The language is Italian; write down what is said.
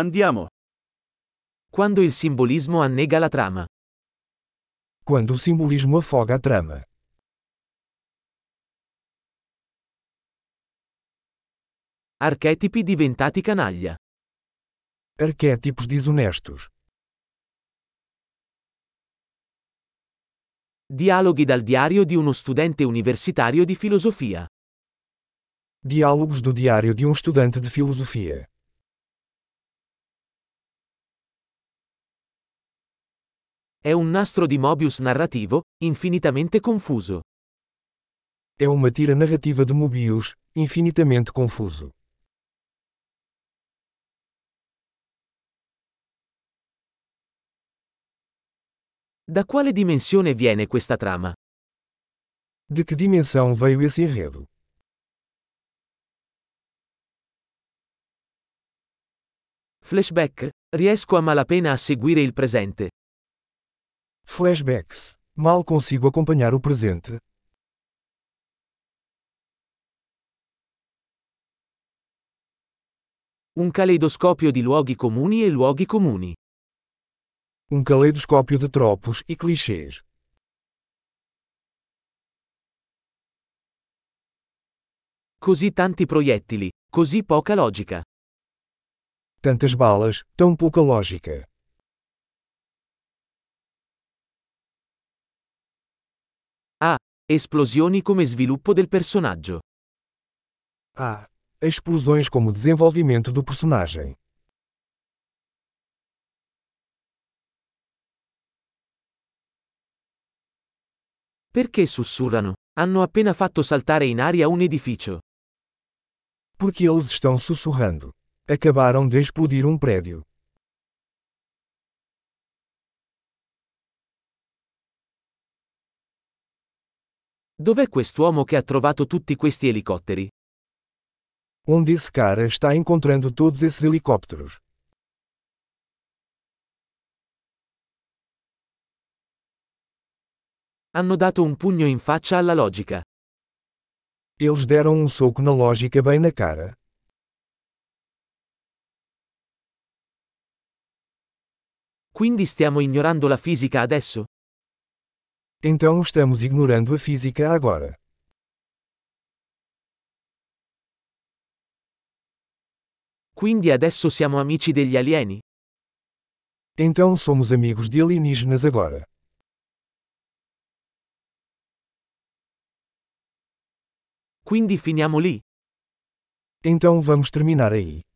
Andiamo. Quando il simbolismo annega la trama. Quando o simbolismo afoga a trama. Archetipi diventati canaglia. Arquétipos desonestos. Dialoghi dal diario di uno studente universitario di filosofia. Diálogos do diário de um estudante de filosofia. È un nastro di Mobius narrativo, infinitamente confuso. É uma tira narrativa de Mobius, infinitamente confuso. Da quale dimensione viene questa trama? De que dimensão veio esse enredo? Flashback, riesco a malapena a seguire il presente. Flashbacks. Mal consigo acompanhar o presente. Un caleidoscopio di luoghi comuni e luoghi comuni. Um caleidoscópio de tropos e clichês. Così tanti proiettili, così poca logica. Tantas balas, tão pouca lógica. Esplosioni come sviluppo del personaggio. Ah, explosões como desenvolvimento do personagem. Perché sussurrano? Hanno appena fatto saltare in aria un edificio. Porque eles estão sussurrando. Acabaram de explodir um prédio. Dov'è quest'uomo che ha trovato tutti questi elicotteri? Onde esse cara está encontrando todos esses helicópteros? Hanno dato un pugno in faccia alla logica. Eles deram um soco na lógica bem na cara. Quindi stiamo ignorando la fisica adesso? Então estamos ignorando a física agora. Quindi adesso siamo amici degli alieni? Então somos amigos de alienígenas agora. Quindi finiamo lì? Então vamos terminar aí.